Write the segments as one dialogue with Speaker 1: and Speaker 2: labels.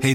Speaker 1: Hey,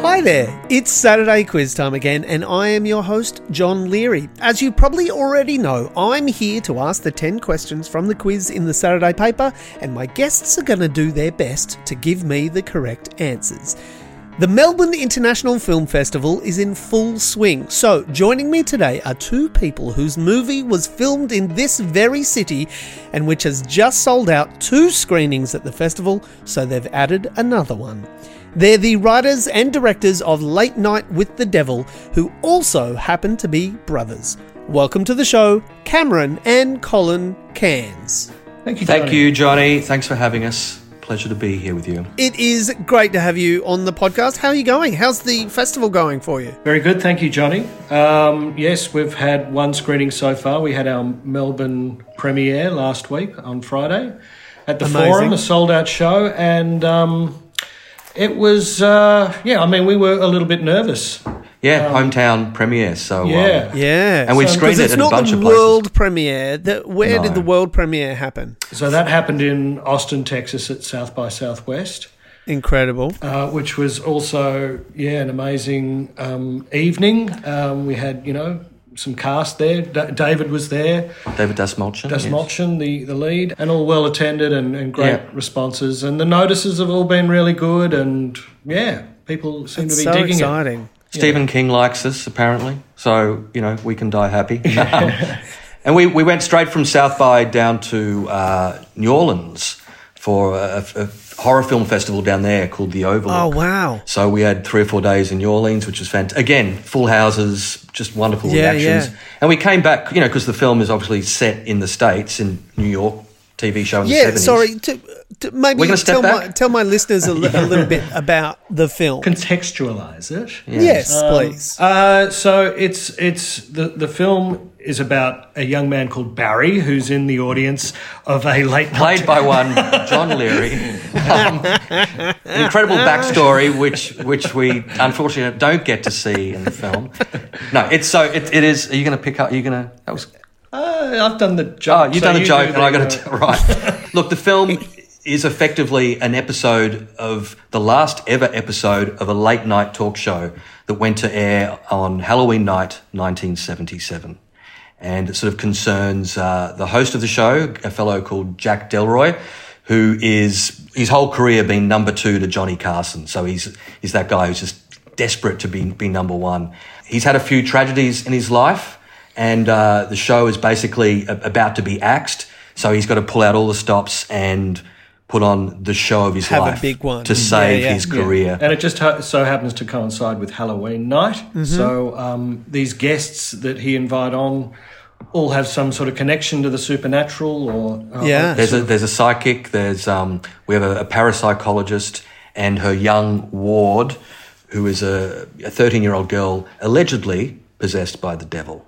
Speaker 2: Hi there, it's Saturday quiz time again, and I am your host, John Leary. As you probably already know, I'm here to ask the 10 questions from the quiz in the Saturday paper, and my guests are going to do their best to give me the correct answers. The Melbourne International Film Festival is in full swing, so joining me today are two people whose movie was filmed in this very city and which has just sold out two screenings at the festival, so they've added another one. They're the writers and directors of Late Night with the Devil, who also happen to be brothers. Welcome to the show, Cameron and Colin Cairns.
Speaker 3: Thank you, Johnny. Thank you, Johnny. Thanks for having us. Pleasure to be here with you.
Speaker 2: It is great to have you on the podcast. How are you going? How's the festival going for you?
Speaker 3: Very good. Thank you, Johnny. Um, yes, we've had one screening so far. We had our Melbourne premiere last week on Friday at the
Speaker 2: Amazing.
Speaker 3: Forum, a sold out show. And um, it was, uh, yeah, I mean, we were a little bit nervous.
Speaker 4: Yeah, hometown premiere. So um,
Speaker 3: Yeah.
Speaker 2: Yeah,
Speaker 4: And we've
Speaker 2: So-
Speaker 4: screened
Speaker 2: 'cause
Speaker 4: it
Speaker 2: it's
Speaker 4: at a
Speaker 2: not
Speaker 4: bunch
Speaker 2: the
Speaker 4: of places.
Speaker 2: world premiere. The, where did
Speaker 4: No.
Speaker 2: the world premiere happen?
Speaker 3: So that happened in Austin, Texas at South by Southwest.
Speaker 2: Incredible.
Speaker 3: uh, which was also yeah an amazing um, evening. Um, we had you know some cast there. D- David was there,
Speaker 4: David Dasmalchian.
Speaker 3: Des
Speaker 4: yes.
Speaker 3: Malchin, the the lead, and all well attended and, and great
Speaker 4: Yeah.
Speaker 3: responses. And the notices have all been really good, and yeah, people seem
Speaker 2: It's
Speaker 3: to be
Speaker 2: so
Speaker 3: digging it.
Speaker 2: exciting.
Speaker 4: Stephen King likes us apparently, so you know we can die happy. Um, and we, we went straight from South by down to uh, New Orleans for a, a horror film festival down there called the Oval.
Speaker 2: Oh wow.
Speaker 4: So we had three or four days in New Orleans, which was fantastic. Again, full houses, just wonderful
Speaker 2: Yeah,
Speaker 4: reactions.
Speaker 2: yeah.
Speaker 4: And we came back, you know, because the film is obviously set in the states in New York. TV show in the
Speaker 2: Yeah,
Speaker 4: 70s.
Speaker 2: sorry. To, to maybe
Speaker 4: We're gonna step
Speaker 2: tell my
Speaker 4: back?
Speaker 2: tell my listeners a, li- a little bit about the film.
Speaker 3: Contextualize it. Um,
Speaker 2: Yes, please.
Speaker 3: Uh, so it's it's the the film is about a young man called Barry who's in the audience of a late night
Speaker 4: played by one John Leary. Um, an incredible backstory, which which we unfortunately don't get to see in the film. No, it's so it, it is. Are you going to pick up? Are you going to? That was
Speaker 3: Uh, I've done the
Speaker 4: oh,
Speaker 3: joke.
Speaker 4: you've
Speaker 3: so
Speaker 4: done a
Speaker 3: you
Speaker 4: joke,
Speaker 3: do
Speaker 4: and I
Speaker 3: the, uh,
Speaker 4: got to tell right. Look, the film is effectively an episode of the last ever episode of a late night talk show that went to air on Halloween night, 1977. And it sort of concerns uh, the host of the show, a fellow called Jack Delroy, who is his whole career been number two to Johnny Carson. So he's he's that guy who's just desperate to be be number one. He's had a few tragedies in his life and uh, the show is basically a- about to be axed. So he's got to pull out all the stops and put on the show of his
Speaker 2: Have a
Speaker 4: life
Speaker 2: big one.
Speaker 4: to
Speaker 2: Mm.
Speaker 4: save
Speaker 2: Yeah, yeah.
Speaker 4: his
Speaker 2: Yeah.
Speaker 4: career.
Speaker 3: And it just ha- so happens to coincide with Halloween night.
Speaker 2: Mm-hmm.
Speaker 3: So um, these guests that he invite on all have some sort of connection to the supernatural or. uh, or-
Speaker 2: Yeah.
Speaker 4: There's a there's a psychic. There's um, we have a, a parapsychologist and her young ward, who is a a thirteen year old girl allegedly possessed by the devil.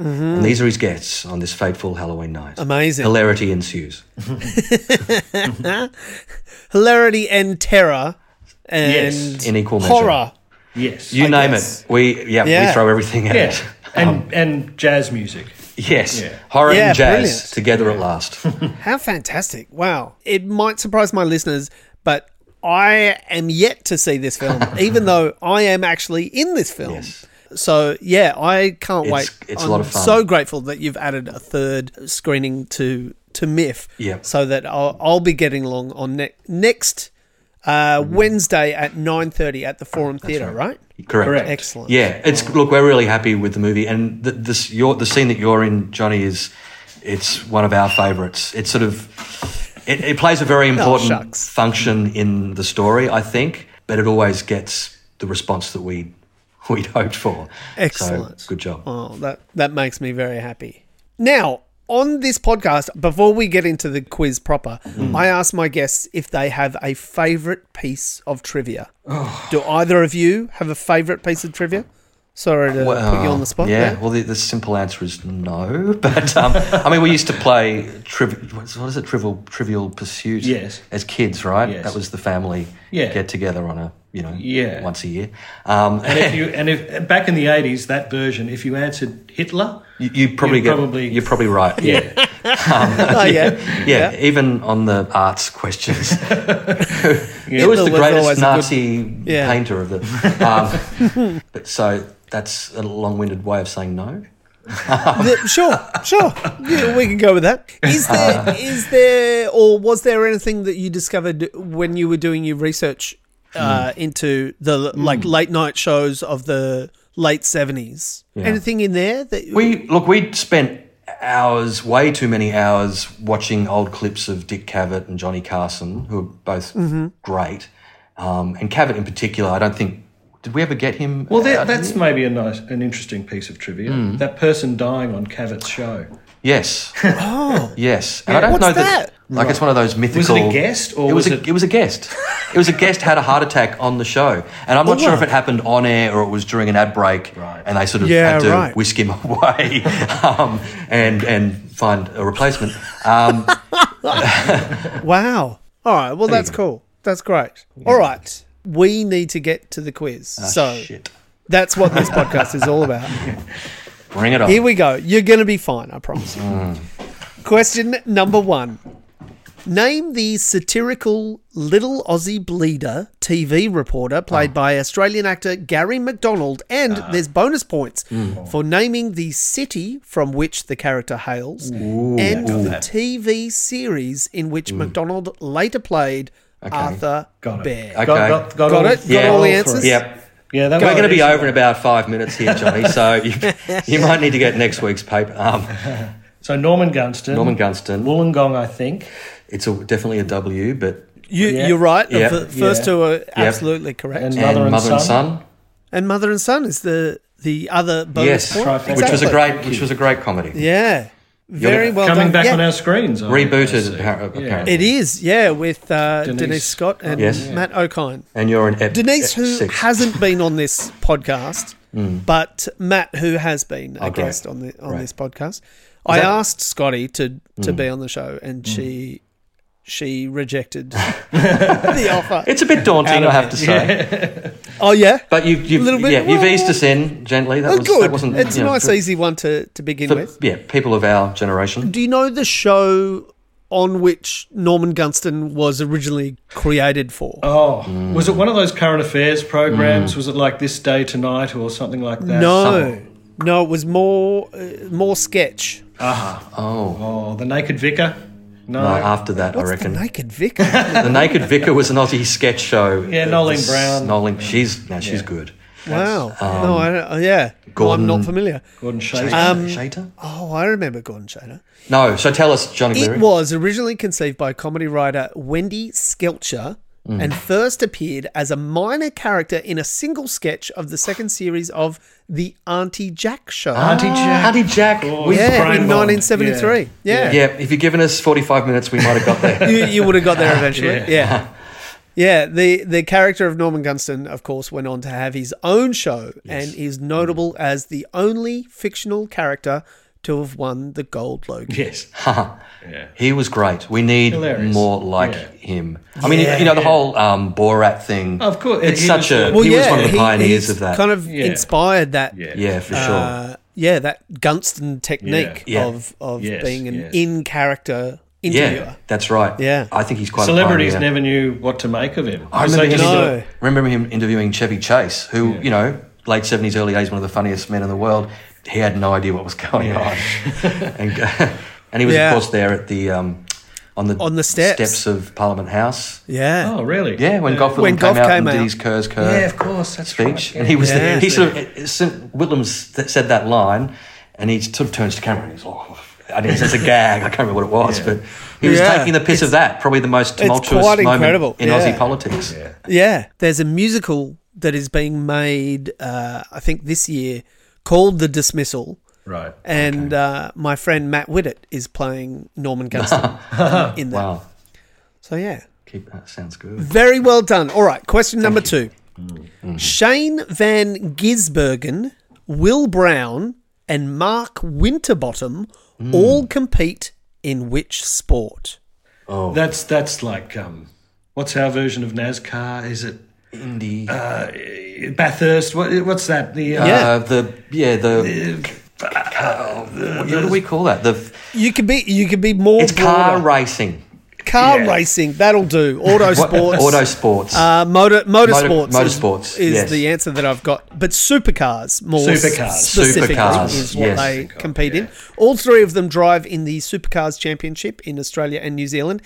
Speaker 4: And these are his guests on this fateful Halloween night.
Speaker 2: Mm-hmm. Amazing.
Speaker 4: Hilarity ensues.
Speaker 2: Hilarity and terror and
Speaker 3: Yes.
Speaker 4: In equal measure.
Speaker 2: horror.
Speaker 3: Yes.
Speaker 4: You name
Speaker 2: guess.
Speaker 4: it. We yeah,
Speaker 2: Yeah.
Speaker 4: we throw everything at
Speaker 3: yeah.
Speaker 4: it.
Speaker 3: And, and jazz music.
Speaker 4: Yes,
Speaker 3: Yeah.
Speaker 4: horror
Speaker 2: Yeah,
Speaker 4: and jazz
Speaker 2: brilliant.
Speaker 4: together at last.
Speaker 2: How fantastic. Wow. It might surprise my listeners, but I am yet to see this film, even though I am actually in this film.
Speaker 4: Yes.
Speaker 2: So, yeah, I can't wait.
Speaker 4: It's- it's a
Speaker 2: I'm
Speaker 4: lot of fun.
Speaker 2: so grateful that you've added a third screening to to Miff.
Speaker 4: Yep.
Speaker 2: So that I'll, I'll be getting along on ne- next uh,
Speaker 4: Mm-hmm.
Speaker 2: Wednesday at nine thirty at the Forum Theatre, right?
Speaker 4: Correct.
Speaker 3: Correct.
Speaker 2: Excellent.
Speaker 4: Yeah, it's look, we're really happy with the movie, and the, this your the scene that you're in, Johnny, is it's one of our favourites. It's sort of it, it plays a very important
Speaker 2: Oh, shucks.
Speaker 4: function in the story, I think, but it always gets the response that we we'd hoped for.
Speaker 2: Excellent.
Speaker 4: So, good job.
Speaker 2: Oh, that that makes me very happy. Now, on this podcast, before we get into the quiz proper,
Speaker 4: Mm-hmm.
Speaker 2: I ask my guests if they have a favorite piece of trivia.
Speaker 4: Oh.
Speaker 2: Do either of you have a favorite piece of trivia? Sorry to put you on the spot.
Speaker 4: Yeah.
Speaker 2: there.
Speaker 4: Well, the, the simple answer is no. But um, I mean, we used to play triv- what's- what is it? Trivial Trivial Pursuit.
Speaker 3: Yes.
Speaker 4: As kids, right?
Speaker 3: Yes.
Speaker 4: That was the family
Speaker 3: Yeah.
Speaker 4: get together on a you know
Speaker 3: Yeah.
Speaker 4: once a year. Um,
Speaker 3: And if you and if back in the eighties, that version, if you answered Hitler,
Speaker 4: you, you probably
Speaker 3: you
Speaker 4: get,
Speaker 3: probably-
Speaker 4: you're probably right. Yeah.
Speaker 2: Oh, yeah.
Speaker 4: Yeah, even on the arts questions. it was
Speaker 2: Hitler was always
Speaker 4: the
Speaker 2: a
Speaker 4: greatest
Speaker 2: good-
Speaker 4: Nazi
Speaker 2: Yeah.
Speaker 4: painter of the. Um, but so that's a long-winded way of saying no.
Speaker 2: The- sure, sure. Yeah, we can go with that. Is there, is there, or was there anything that you discovered when you were doing your research uh, into the like late night shows of the late seventies? Anything in there that
Speaker 4: We look. We spent hours, way too many hours, watching old clips of Dick Cavett and Johnny Carson, who are both
Speaker 2: Mm-hmm.
Speaker 4: great. Um, and Cavett in particular, I don't think. Did we ever get him? Uh,
Speaker 3: well, that, that's maybe a nice, an interesting piece of trivia.
Speaker 4: Mm.
Speaker 3: That person dying on Cavett's show
Speaker 4: yes. Oh. Yes. And I don't
Speaker 2: What's
Speaker 4: know
Speaker 2: that?
Speaker 4: Like it's one of those
Speaker 3: was
Speaker 4: mythical.
Speaker 3: it a guest or
Speaker 4: it was,
Speaker 3: was,
Speaker 4: a, it was a guest. It was a guest had a heart attack on the show, and I'm not sure if it happened on air or it was during an ad break,
Speaker 3: Oh, Right.
Speaker 4: and they sort of
Speaker 2: Yeah,
Speaker 4: had to
Speaker 2: right.
Speaker 4: whisk him away um, and and find a replacement. Um,
Speaker 2: Wow. All right. Well, that's cool. That's great. All right. We need to get to the quiz. so
Speaker 4: shit.
Speaker 2: that's what this podcast is all about.
Speaker 4: Bring it on.
Speaker 2: Here we go. You're going to be fine, I promise you.
Speaker 3: Mm.
Speaker 2: Question number one Name the satirical Little Aussie Bleeder TV reporter
Speaker 3: Oh.
Speaker 2: played by Australian actor Gary McDonald. And
Speaker 3: Ah.
Speaker 2: there's bonus points
Speaker 3: Mm.
Speaker 2: for naming the city from which the character hails and the TV series in which McDonald later played Arthur
Speaker 3: Mm. Got it.
Speaker 2: Bear.
Speaker 4: Okay.
Speaker 3: got, got, got,
Speaker 2: Got
Speaker 3: all,
Speaker 2: it? Got
Speaker 4: Yeah.
Speaker 2: all the
Speaker 3: three.
Speaker 2: answers?
Speaker 4: Yep.
Speaker 3: Yeah, that
Speaker 4: We're
Speaker 3: was
Speaker 4: going to be
Speaker 3: excellent.
Speaker 4: over in about five minutes here, Johnny. So you, you might need to get next week's paper. Um,
Speaker 3: So Norman Gunston,
Speaker 4: Norman Gunston.
Speaker 3: Wollongong, I think.
Speaker 4: It's a, definitely a W, but
Speaker 2: You,
Speaker 3: Yeah.
Speaker 2: You're right. The
Speaker 4: Yeah.
Speaker 2: f- first
Speaker 3: Yeah.
Speaker 2: two are absolutely correct.
Speaker 3: And
Speaker 4: and
Speaker 3: Mother and
Speaker 4: mother and
Speaker 3: Son.
Speaker 4: son.
Speaker 2: And mother and son is the the other bonus
Speaker 4: Yes,
Speaker 2: point,
Speaker 3: Trifecta.
Speaker 4: which was a
Speaker 2: Exactly.
Speaker 4: great, which was a great comedy.
Speaker 2: yeah, very well
Speaker 3: Coming
Speaker 2: done.
Speaker 3: back
Speaker 2: Yeah,
Speaker 3: on our screens, I-
Speaker 4: Rebooted, appar- apparently.
Speaker 2: it is yeah with uh, Denise.
Speaker 3: Denise.
Speaker 2: Scott and
Speaker 4: Yes.
Speaker 2: Matt O'Kine.
Speaker 4: And you're an ep-
Speaker 2: Denise, who
Speaker 4: six. Mm.
Speaker 2: hasn't been on this podcast, but Matt, who has been a
Speaker 4: Oh, great.
Speaker 2: guest on the on this podcast, I asked Scotty to
Speaker 4: Mm.
Speaker 2: to be on the show, and she she rejected the offer.
Speaker 4: It's a bit daunting, I have to say.
Speaker 2: Oh yeah,
Speaker 4: But you've, you've,
Speaker 2: Little bit-
Speaker 4: yeah, you've
Speaker 2: well-
Speaker 4: eased us in gently. That
Speaker 2: oh,
Speaker 4: was
Speaker 2: good.
Speaker 4: That wasn't,
Speaker 2: it's a
Speaker 4: you know,
Speaker 2: nice,
Speaker 4: for-
Speaker 2: easy one to to begin with.
Speaker 4: for- yeah, people of our generation.
Speaker 2: Do you know the show on which Norman Gunston was originally created for?
Speaker 3: Oh, was it one of those current affairs programs?
Speaker 4: Mm.
Speaker 3: Was it like this day tonight or something like that?
Speaker 2: no, no, it was more uh, more sketch.
Speaker 3: Oh, the Naked Vicar. No.
Speaker 4: Uh, after that,
Speaker 2: What's
Speaker 4: I reckon.
Speaker 2: the Naked Vicar?
Speaker 4: The Naked Vicar was an Aussie sketch show.
Speaker 3: Yeah, Nolene
Speaker 4: This-
Speaker 3: Brown.
Speaker 4: Nolene, she's now she's good.
Speaker 2: wow. no, I don't, oh, yeah.
Speaker 4: um, Gordon-
Speaker 2: No, I'm not familiar.
Speaker 3: Gordon Shays.
Speaker 4: Shater?
Speaker 2: Oh, I remember Gordon Shader.
Speaker 4: No. So tell us, Johnny
Speaker 2: It
Speaker 4: Leary.
Speaker 2: was originally conceived by comedy writer Wendy Skelcher
Speaker 4: Mm.
Speaker 2: and first appeared as a minor character in a single sketch of the second series of The Auntie Jack Show.
Speaker 4: Auntie Jack. Auntie Jack. We-
Speaker 3: It's
Speaker 2: yeah,
Speaker 3: Brian
Speaker 2: in
Speaker 3: Bond.
Speaker 2: 1973. yeah.
Speaker 4: Oh, yeah. If you'd given us forty-five minutes, we might have got there.
Speaker 2: you, you would have got there eventually. Yeah.
Speaker 3: Yeah.
Speaker 2: yeah. the, the character of Norman Gunston, of course, went on to have his own show and
Speaker 4: Mm.
Speaker 2: is notable as the only fictional character to have won the Gold Logie.
Speaker 3: Yes.
Speaker 4: He was great. We need
Speaker 3: Hilarious.
Speaker 4: more like him. I mean, you know, the whole um, Borat thing.
Speaker 3: Of course,
Speaker 4: It's
Speaker 3: he
Speaker 4: such
Speaker 3: was
Speaker 4: a.
Speaker 3: the-
Speaker 4: he was one of the
Speaker 2: he-
Speaker 4: pioneers
Speaker 2: he's
Speaker 4: of that.
Speaker 2: Kind of
Speaker 3: Yeah.
Speaker 2: inspired that. Yeah.
Speaker 3: Yeah.
Speaker 4: yeah, for sure.
Speaker 2: Uh, yeah, that Gunston technique
Speaker 4: Yeah. Yeah.
Speaker 2: of of
Speaker 3: Yes,
Speaker 2: being an
Speaker 3: yes.
Speaker 2: in character
Speaker 4: Yeah,
Speaker 2: interviewer.
Speaker 4: that's right.
Speaker 2: Yeah.
Speaker 4: I think he's quite
Speaker 3: Celebrities
Speaker 4: a pioneer.
Speaker 3: never knew what to make of him.
Speaker 4: I remember,
Speaker 3: They
Speaker 4: him
Speaker 3: just
Speaker 2: No.
Speaker 3: thought-
Speaker 4: inter- remember him interviewing Chevy Chase, who, you know, late 70s, early 80s, one of the funniest men in the world. He had no idea what was going on. and, and he was
Speaker 2: Yeah.
Speaker 4: of course there at the um, on the
Speaker 2: On the steps.
Speaker 4: of Parliament House.
Speaker 2: Yeah.
Speaker 3: Oh, really?
Speaker 4: Yeah, when Gough
Speaker 2: When
Speaker 4: Whitlam came
Speaker 2: Gough
Speaker 4: out
Speaker 2: came
Speaker 4: and
Speaker 2: out.
Speaker 4: did his Ker's Kerr
Speaker 3: Yeah, of course. That's
Speaker 4: speech,
Speaker 3: Right. yeah.
Speaker 4: and he was
Speaker 2: Yeah.
Speaker 4: there. He sort of St. Whitlam s- said that line, and he sort of turns to camera and he's oh, I think it's a gag. I can't remember what it was, but he was
Speaker 2: Yeah.
Speaker 4: taking the piss of that. Probably the most tumultuous
Speaker 2: quite
Speaker 4: moment
Speaker 2: incredible.
Speaker 4: in
Speaker 2: Yeah.
Speaker 4: Aussie politics.
Speaker 2: Yeah, there's a musical that is being made, uh, I think this year, called The Dismissal.
Speaker 3: Right.
Speaker 2: And uh, my friend Matt Widdett is playing Norman Gunston in, in that.
Speaker 4: Wow,
Speaker 2: So, yeah.
Speaker 4: keep that sounds good.
Speaker 2: Very well done. All right, question number two.
Speaker 4: Mm-hmm.
Speaker 2: Shane Van Gisbergen, Will Brown, and Mark Winterbottom
Speaker 4: Mm.
Speaker 2: all compete in which sport?
Speaker 4: Oh.
Speaker 3: That's that's like um, what's our version of NASCAR? Is it
Speaker 4: Indie.
Speaker 3: uh, Bathurst? What, what's that? The uh,
Speaker 2: Yeah.
Speaker 4: Uh, the yeah the what do we call that? The
Speaker 2: You could be you could be more
Speaker 4: it's car
Speaker 2: broader.
Speaker 4: racing,
Speaker 2: car
Speaker 3: yeah.
Speaker 2: racing. That'll do. Auto
Speaker 4: What-
Speaker 2: sports.
Speaker 4: auto sports.
Speaker 2: Uh, motor, motorsports.
Speaker 4: Motor-
Speaker 2: is-
Speaker 4: motorsports,
Speaker 2: is,
Speaker 4: yes.
Speaker 2: the answer that I've got. But supercars, more
Speaker 3: Supercars.
Speaker 2: specifically,
Speaker 4: Supercars,
Speaker 2: is what
Speaker 4: yes.
Speaker 2: they compete in. All three of them drive in the Supercars Championship in Australia and New Zealand.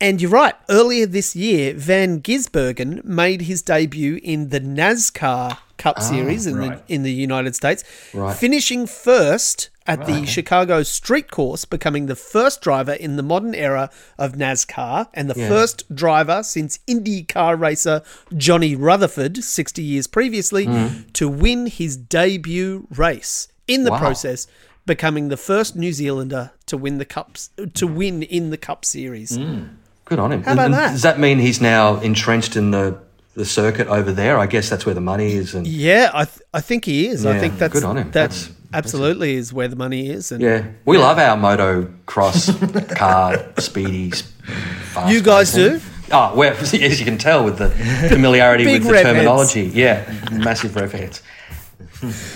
Speaker 2: And you're right. Earlier this year, Van Gisbergen made his debut in the NASCAR Cup
Speaker 4: Ah,
Speaker 2: Series in
Speaker 3: right.
Speaker 2: the in the United States,
Speaker 4: Right.
Speaker 2: finishing first at the Chicago Street Course, becoming the first driver in the modern era of NASCAR and the first driver since Indy car racer Johnny Rutherford 60 years previously
Speaker 4: Hmm.
Speaker 2: to win his debut race. In the
Speaker 4: Wow.
Speaker 2: process, becoming the first New Zealander to win the cups to win in the Cup Series.
Speaker 4: Hmm. Good on him.
Speaker 2: about that?
Speaker 4: Does that mean he's now entrenched in the the circuit over there? I guess that's where the money is. And
Speaker 2: Yeah, I th- I think he is. I
Speaker 4: Yeah,
Speaker 2: think that's
Speaker 4: good on him.
Speaker 2: That's,
Speaker 4: That's-
Speaker 2: absolutely is where the money is. And
Speaker 4: yeah, we love our moto cross car speedy. s- fast
Speaker 2: You guys
Speaker 4: racing.
Speaker 2: do?
Speaker 4: Oh, well, as you can tell with the familiarity
Speaker 2: Big
Speaker 4: with the
Speaker 2: rev heads.
Speaker 4: terminology. Yeah, massive rev heads.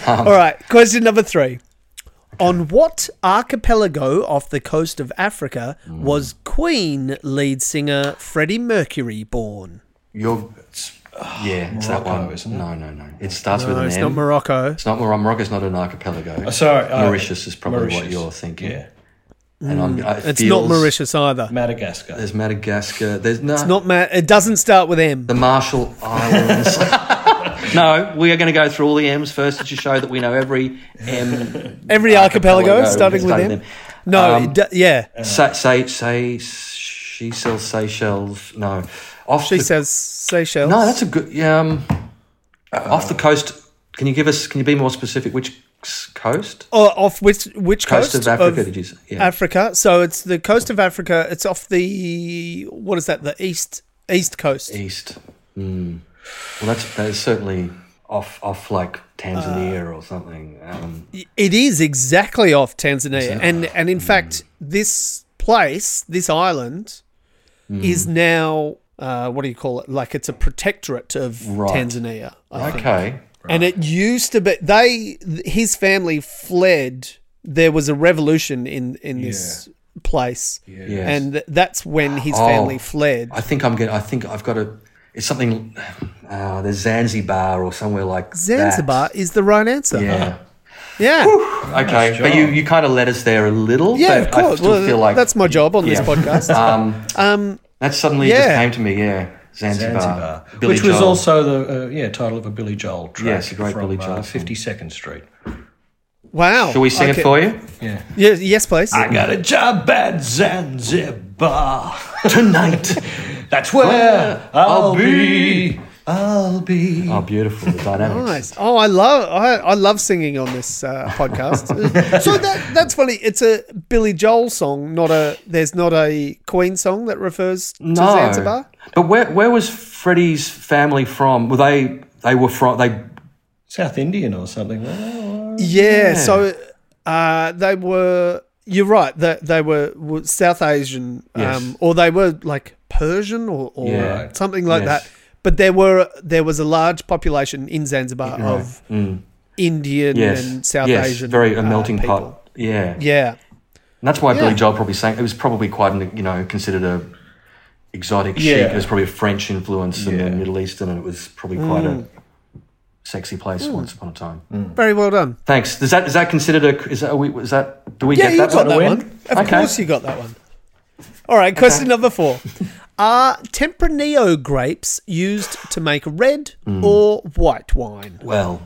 Speaker 2: All right, question number three. On what archipelago off the coast of Africa was Queen lead singer Freddie Mercury born?
Speaker 4: You're, yeah, it's that
Speaker 3: Morocco,
Speaker 4: one.
Speaker 3: isn't it?
Speaker 4: No, no, no. It starts with
Speaker 2: No,
Speaker 4: an
Speaker 2: it's
Speaker 4: M.
Speaker 2: not Morocco.
Speaker 4: It's not Mor- Morocco's not an archipelago.
Speaker 3: Oh, sorry, uh,
Speaker 4: Mauritius is probably what
Speaker 3: Mauritius.
Speaker 4: you're thinking.
Speaker 3: Yeah.
Speaker 4: and I'm, I
Speaker 2: Mm. It's
Speaker 4: feels-
Speaker 2: not Mauritius either.
Speaker 3: Madagascar.
Speaker 4: There's Madagascar. There's no.
Speaker 2: It's not Ma- It doesn't start with M.
Speaker 4: The Marshall Islands. no, we are going to go through all the M's first to show that we know every M.
Speaker 2: Every archipelago,
Speaker 4: archipelago
Speaker 2: starting with
Speaker 4: starting
Speaker 2: M.
Speaker 4: with M.
Speaker 2: No, Uh,
Speaker 4: Um,
Speaker 2: it do- yeah.
Speaker 4: Say, say, say, she sells Seychelles. No, off.
Speaker 2: She
Speaker 4: the,
Speaker 2: says Seychelles.
Speaker 4: No, that's a good. Yeah, um, off the coast. Can you give us? Can you be more specific? Which s- coast?
Speaker 2: or off which which coast,
Speaker 4: Coast of Africa, did you say? Yeah.
Speaker 2: Africa. So it's the coast of Africa. It's off the what is that? The east east coast.
Speaker 4: East. Hmm. Well, that's that is certainly off off like Tanzania
Speaker 2: Uh,
Speaker 4: or something. Um,
Speaker 2: It is exactly off Tanzania, and and
Speaker 4: Mm.
Speaker 2: in fact, this place, this island,
Speaker 4: Mm.
Speaker 2: is now uh, what do you call it? Like it's a protectorate of
Speaker 4: Right.
Speaker 2: Tanzania, I think.
Speaker 4: okay.
Speaker 2: and it used to be they th- his family fled. There was a revolution in in this place,
Speaker 4: Yes.
Speaker 2: and th- that's when his
Speaker 4: Oh,
Speaker 2: family fled.
Speaker 4: I think I'm getting. I think I've got a. It's something. Uh, there's Zanzibar or somewhere like
Speaker 2: Zanzibar
Speaker 4: That.
Speaker 2: is the right answer.
Speaker 4: Yeah.
Speaker 2: Yeah.
Speaker 4: Okay, but you, you kind of led us there a little.
Speaker 2: Yeah,
Speaker 4: but
Speaker 2: of course.
Speaker 4: I still
Speaker 2: Well,
Speaker 4: feel like
Speaker 2: that's my job on this
Speaker 4: Yeah.
Speaker 2: podcast.
Speaker 4: Um, that suddenly
Speaker 2: yeah.
Speaker 4: just came to me. Yeah, Zanzibar,
Speaker 3: Zanzibar,
Speaker 4: Billy
Speaker 3: which was
Speaker 4: Joel.
Speaker 3: also the uh, yeah title of a Billy Joel track.
Speaker 4: Yes, a great
Speaker 3: from,
Speaker 4: Billy Joel
Speaker 3: Uh,
Speaker 4: song.
Speaker 3: Fifty Second Street.
Speaker 2: Wow.
Speaker 4: Shall we sing
Speaker 2: Okay.
Speaker 4: it for you Uh,
Speaker 3: Yeah.
Speaker 2: Yes, yes, please.
Speaker 3: I got a job at Zanzibar.
Speaker 4: tonight?
Speaker 3: That's where I'll,
Speaker 4: I'll
Speaker 3: be. I'll be.
Speaker 4: oh, beautiful the dynamics.
Speaker 2: Nice. Oh, I love I, I love singing on this uh, podcast. so that that's funny. It's a Billy Joel song, not a. There's not a Queen song that refers to
Speaker 4: No,
Speaker 2: Zanzibar.
Speaker 4: but where where was Freddie's family from? Were they they were from they
Speaker 3: South Indian or something. Oh,
Speaker 2: Yeah. So uh, they were. You're right. That they were, were South Asian,
Speaker 4: Yes.
Speaker 2: um, or they were like Persian or, or
Speaker 4: Yeah.
Speaker 2: something like
Speaker 4: Yes.
Speaker 2: that. But there were there was a large population in Zanzibar of Indian
Speaker 4: Mm. yes
Speaker 2: and South
Speaker 4: yes,
Speaker 2: Asian,
Speaker 4: very a
Speaker 2: uh,
Speaker 4: melting
Speaker 2: people.
Speaker 4: pot. Yeah,
Speaker 2: Yeah.
Speaker 4: And that's why
Speaker 2: Yeah.
Speaker 4: Billy Joel probably sang. It was probably quite, an, you know, considered a exotic chic.
Speaker 3: Yeah.
Speaker 2: Mm.
Speaker 4: It was probably a French influence and a Middle Eastern, and it was probably quite sexy place once upon a time. Mm.
Speaker 2: Very well done.
Speaker 4: Thanks. Is that is that considered a is that are we is that do we
Speaker 2: Yeah,
Speaker 4: get
Speaker 2: you
Speaker 4: that
Speaker 2: got
Speaker 4: one?
Speaker 2: that
Speaker 3: win?
Speaker 2: one. Of
Speaker 4: Okay.
Speaker 2: course, you got that one. All right, question number four. Are Tempranillo grapes used to make red
Speaker 4: Mm.
Speaker 2: or white wine?
Speaker 4: Well,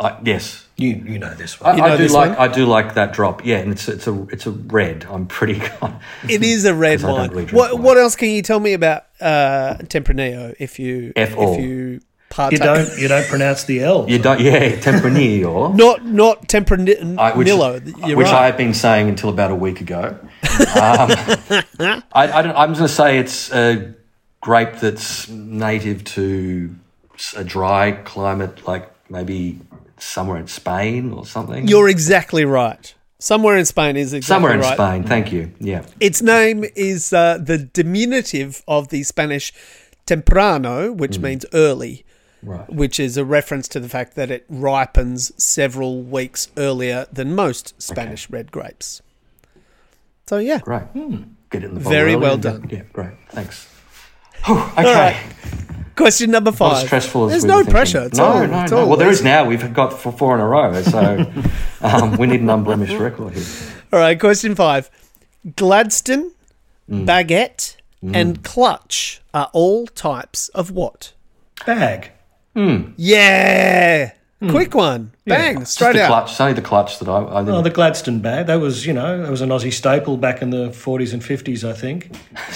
Speaker 4: I, yes.
Speaker 3: You you know this one.
Speaker 4: I,
Speaker 2: know
Speaker 4: I do
Speaker 2: this
Speaker 4: like
Speaker 2: one?
Speaker 4: I do like that drop. Yeah, and it's it's a it's a red. I'm pretty
Speaker 2: It is a red
Speaker 4: 'Cause I don't
Speaker 2: wine.
Speaker 4: really drink
Speaker 2: what,
Speaker 4: wine.
Speaker 2: what else can you tell me about uh, Tempranillo if you
Speaker 4: F all.
Speaker 2: if you partake?
Speaker 3: You don't you don't pronounce the L.
Speaker 4: You don't yeah, Tempranillo.
Speaker 2: Not not Tempranillo.
Speaker 4: I- which
Speaker 2: you're
Speaker 4: which I
Speaker 2: right.
Speaker 4: had been saying until about a week ago. Um, I, I don't, I'm just going to say it's a grape that's native to s- a dry climate, like maybe somewhere in Spain or something.
Speaker 2: you're exactly right. Somewhere in Spain is exactly
Speaker 4: somewhere in
Speaker 2: right.
Speaker 4: Spain. Thank you. Yeah.
Speaker 2: Its name is uh, the diminutive of the Spanish temprano, which means early,
Speaker 4: Mm. Right.
Speaker 2: which is a reference to the fact that it ripens several weeks earlier than most Spanish red grapes. So, yeah.
Speaker 4: Great. Get it in the bowl
Speaker 2: Hmm. Very
Speaker 4: early
Speaker 2: well
Speaker 4: and-
Speaker 2: done.
Speaker 4: Yeah. Great. Thanks. Whew, okay.
Speaker 2: Question number five.
Speaker 4: Not as stressful as
Speaker 2: There's
Speaker 4: we
Speaker 2: no
Speaker 4: were thinking.
Speaker 2: pressure. It's
Speaker 4: no,
Speaker 2: all,
Speaker 4: no,
Speaker 2: it's
Speaker 4: no.
Speaker 2: all
Speaker 4: Well, there is
Speaker 2: easy.
Speaker 4: now. We've got four, four in a row, so um, we need an unblemished record here.
Speaker 2: All right. Question five. Gladstone,
Speaker 4: Mm.
Speaker 2: baguette, and clutch are all types of what?
Speaker 3: Bag.
Speaker 2: Yeah. Quick one. Bang. Straight
Speaker 4: Hmm. the
Speaker 2: out.
Speaker 4: clutch. It's only the clutch that I, I didn't.
Speaker 3: Oh, the Gladstone bag. That was, you know, that was an Aussie staple back in the 40s and 50s, I think.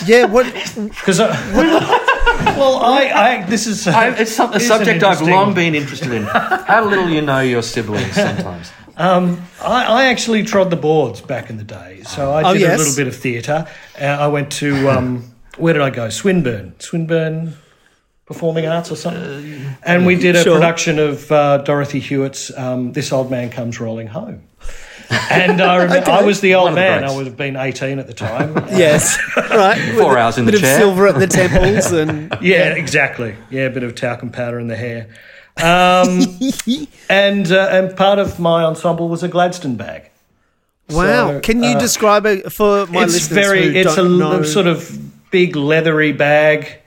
Speaker 2: Yeah. What?
Speaker 3: Because, well, I, I, this is,
Speaker 4: I, it's some, a
Speaker 3: is an
Speaker 4: subject I've
Speaker 3: interesting-
Speaker 4: long been interested in. How little you know your siblings sometimes.
Speaker 3: I, I actually trod the boards back in the day, so I
Speaker 2: Oh,
Speaker 3: did
Speaker 2: yes.
Speaker 3: a little bit of theatre. Uh, I went to um, where did I go? Swinburne, Swinburne Performing Arts or something.
Speaker 4: Uh,
Speaker 3: And we did a
Speaker 2: Sure.
Speaker 3: production of uh, Dorothy Hewitt's um, "This Old Man Comes Rolling Home." And I, remember, I was the
Speaker 4: One
Speaker 3: old
Speaker 4: of the
Speaker 3: man.
Speaker 4: greats.
Speaker 3: I would have been eighteen at the time.
Speaker 2: Yes. Right.
Speaker 4: Four
Speaker 2: With a
Speaker 4: hours in the
Speaker 2: bit
Speaker 4: chair.
Speaker 2: of silver at the temples and
Speaker 3: yeah, exactly. Yeah, a bit of talcum powder in the hair. Um, and uh, and part of my ensemble was a Gladstone bag.
Speaker 2: wow.
Speaker 3: So, uh,
Speaker 2: Can you describe a for my
Speaker 3: it's
Speaker 2: listeners
Speaker 3: very
Speaker 2: who
Speaker 3: it's a
Speaker 2: don't
Speaker 3: l-
Speaker 2: know?
Speaker 3: sort of big leathery bag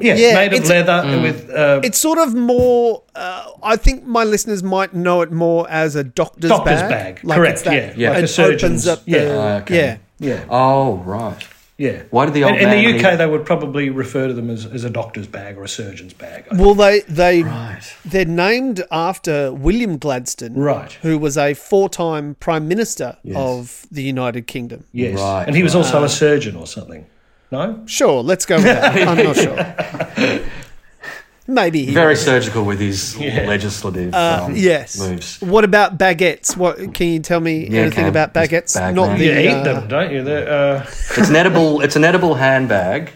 Speaker 3: yeah,
Speaker 2: Yeah,
Speaker 3: made of
Speaker 2: it's-
Speaker 3: leather
Speaker 4: Mm.
Speaker 3: with uh,
Speaker 2: It's sort of more. Uh, I think my listeners might know it more as a doctor's,
Speaker 3: Doctor's
Speaker 2: bag.
Speaker 3: bag, correct,
Speaker 2: it's that-
Speaker 3: yeah. Yeah. Like
Speaker 2: It
Speaker 3: a
Speaker 2: opens
Speaker 3: surgeon's-
Speaker 2: up. The,
Speaker 3: yeah.
Speaker 4: Ah, okay.
Speaker 2: yeah.
Speaker 3: yeah
Speaker 4: Oh right.
Speaker 3: yeah
Speaker 4: Why did the old
Speaker 3: in, in
Speaker 4: man
Speaker 3: the uk
Speaker 4: need-
Speaker 3: they would probably refer to them as, as a doctor's bag or a surgeon's bag I
Speaker 2: Well, they they
Speaker 4: Right.
Speaker 2: they're named after William Gladstone,
Speaker 3: Right.
Speaker 2: Who was a four-time prime minister
Speaker 4: Yes.
Speaker 2: of the United Kingdom.
Speaker 3: yes
Speaker 4: Right,
Speaker 3: and he was also a surgeon or something no
Speaker 2: Sure, let's go with that. I'm not sure. Maybe he
Speaker 4: Very surgical with his legislative um,
Speaker 2: Uh, Yes.
Speaker 4: moves.
Speaker 2: What about baguettes? What can you tell me
Speaker 4: Yeah,
Speaker 2: anything
Speaker 4: can.
Speaker 2: about
Speaker 4: Just
Speaker 2: baguettes?
Speaker 4: bag
Speaker 2: Not
Speaker 4: man.
Speaker 2: the
Speaker 3: you
Speaker 2: uh,
Speaker 3: eat them don't you They're, uh,
Speaker 4: It's an edible. It's an edible handbag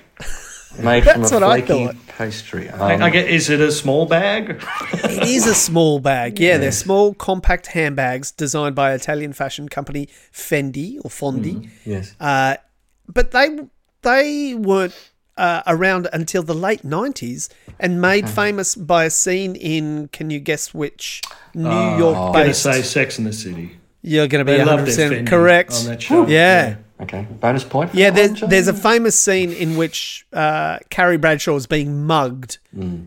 Speaker 4: made
Speaker 2: That's what
Speaker 4: from a
Speaker 2: I
Speaker 4: flaky
Speaker 2: thought.
Speaker 4: pastry.
Speaker 3: I,
Speaker 4: Um,
Speaker 3: I get is it a small bag
Speaker 2: It is a small bag. Yeah, they're small, compact handbags designed by Italian fashion company Fendi or Fondi.
Speaker 4: Mm-hmm. yes.
Speaker 2: Uh, but they they weren't uh, around until the late '90s and made famous by a scene in can you guess which New
Speaker 4: Ah.
Speaker 2: York
Speaker 3: gonna
Speaker 2: based?
Speaker 3: say sex in the city
Speaker 2: You're going to be
Speaker 3: They love
Speaker 2: 100
Speaker 3: their
Speaker 2: percent
Speaker 3: Fendi Oh,
Speaker 2: correct.
Speaker 3: on that show.
Speaker 2: Yeah.
Speaker 4: Okay. Bonus point. for
Speaker 2: Yeah,
Speaker 4: that one,
Speaker 2: there's,
Speaker 4: Jane?
Speaker 2: there's a famous scene in which uh, Carrie Bradshaw is being mugged,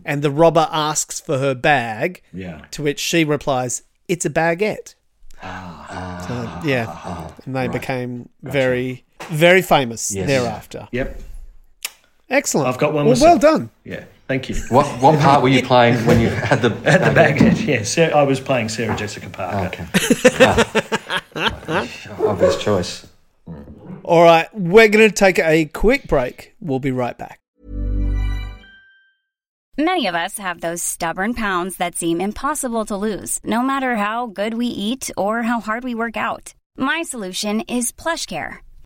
Speaker 2: and the robber asks for her bag.
Speaker 3: Mm. Yeah.
Speaker 2: To which she replies, "It's a baguette." Ah. So, yeah, and they became very, very famous
Speaker 4: Yes.
Speaker 2: thereafter.
Speaker 3: yep
Speaker 2: Excellent.
Speaker 3: I've got one
Speaker 2: Well, well
Speaker 3: myself.
Speaker 2: done.
Speaker 3: yeah thank you
Speaker 4: What, what part were you playing when you had the
Speaker 3: at the bag yeah Sarah, i was playing sarah jessica parker
Speaker 4: Okay. Ah. Obvious choice.
Speaker 2: All right, we're going to take a quick break. We'll be right back.
Speaker 5: Many of us have those stubborn pounds that seem impossible to lose, no matter how good we eat or how hard we work out. My solution is PlushCare.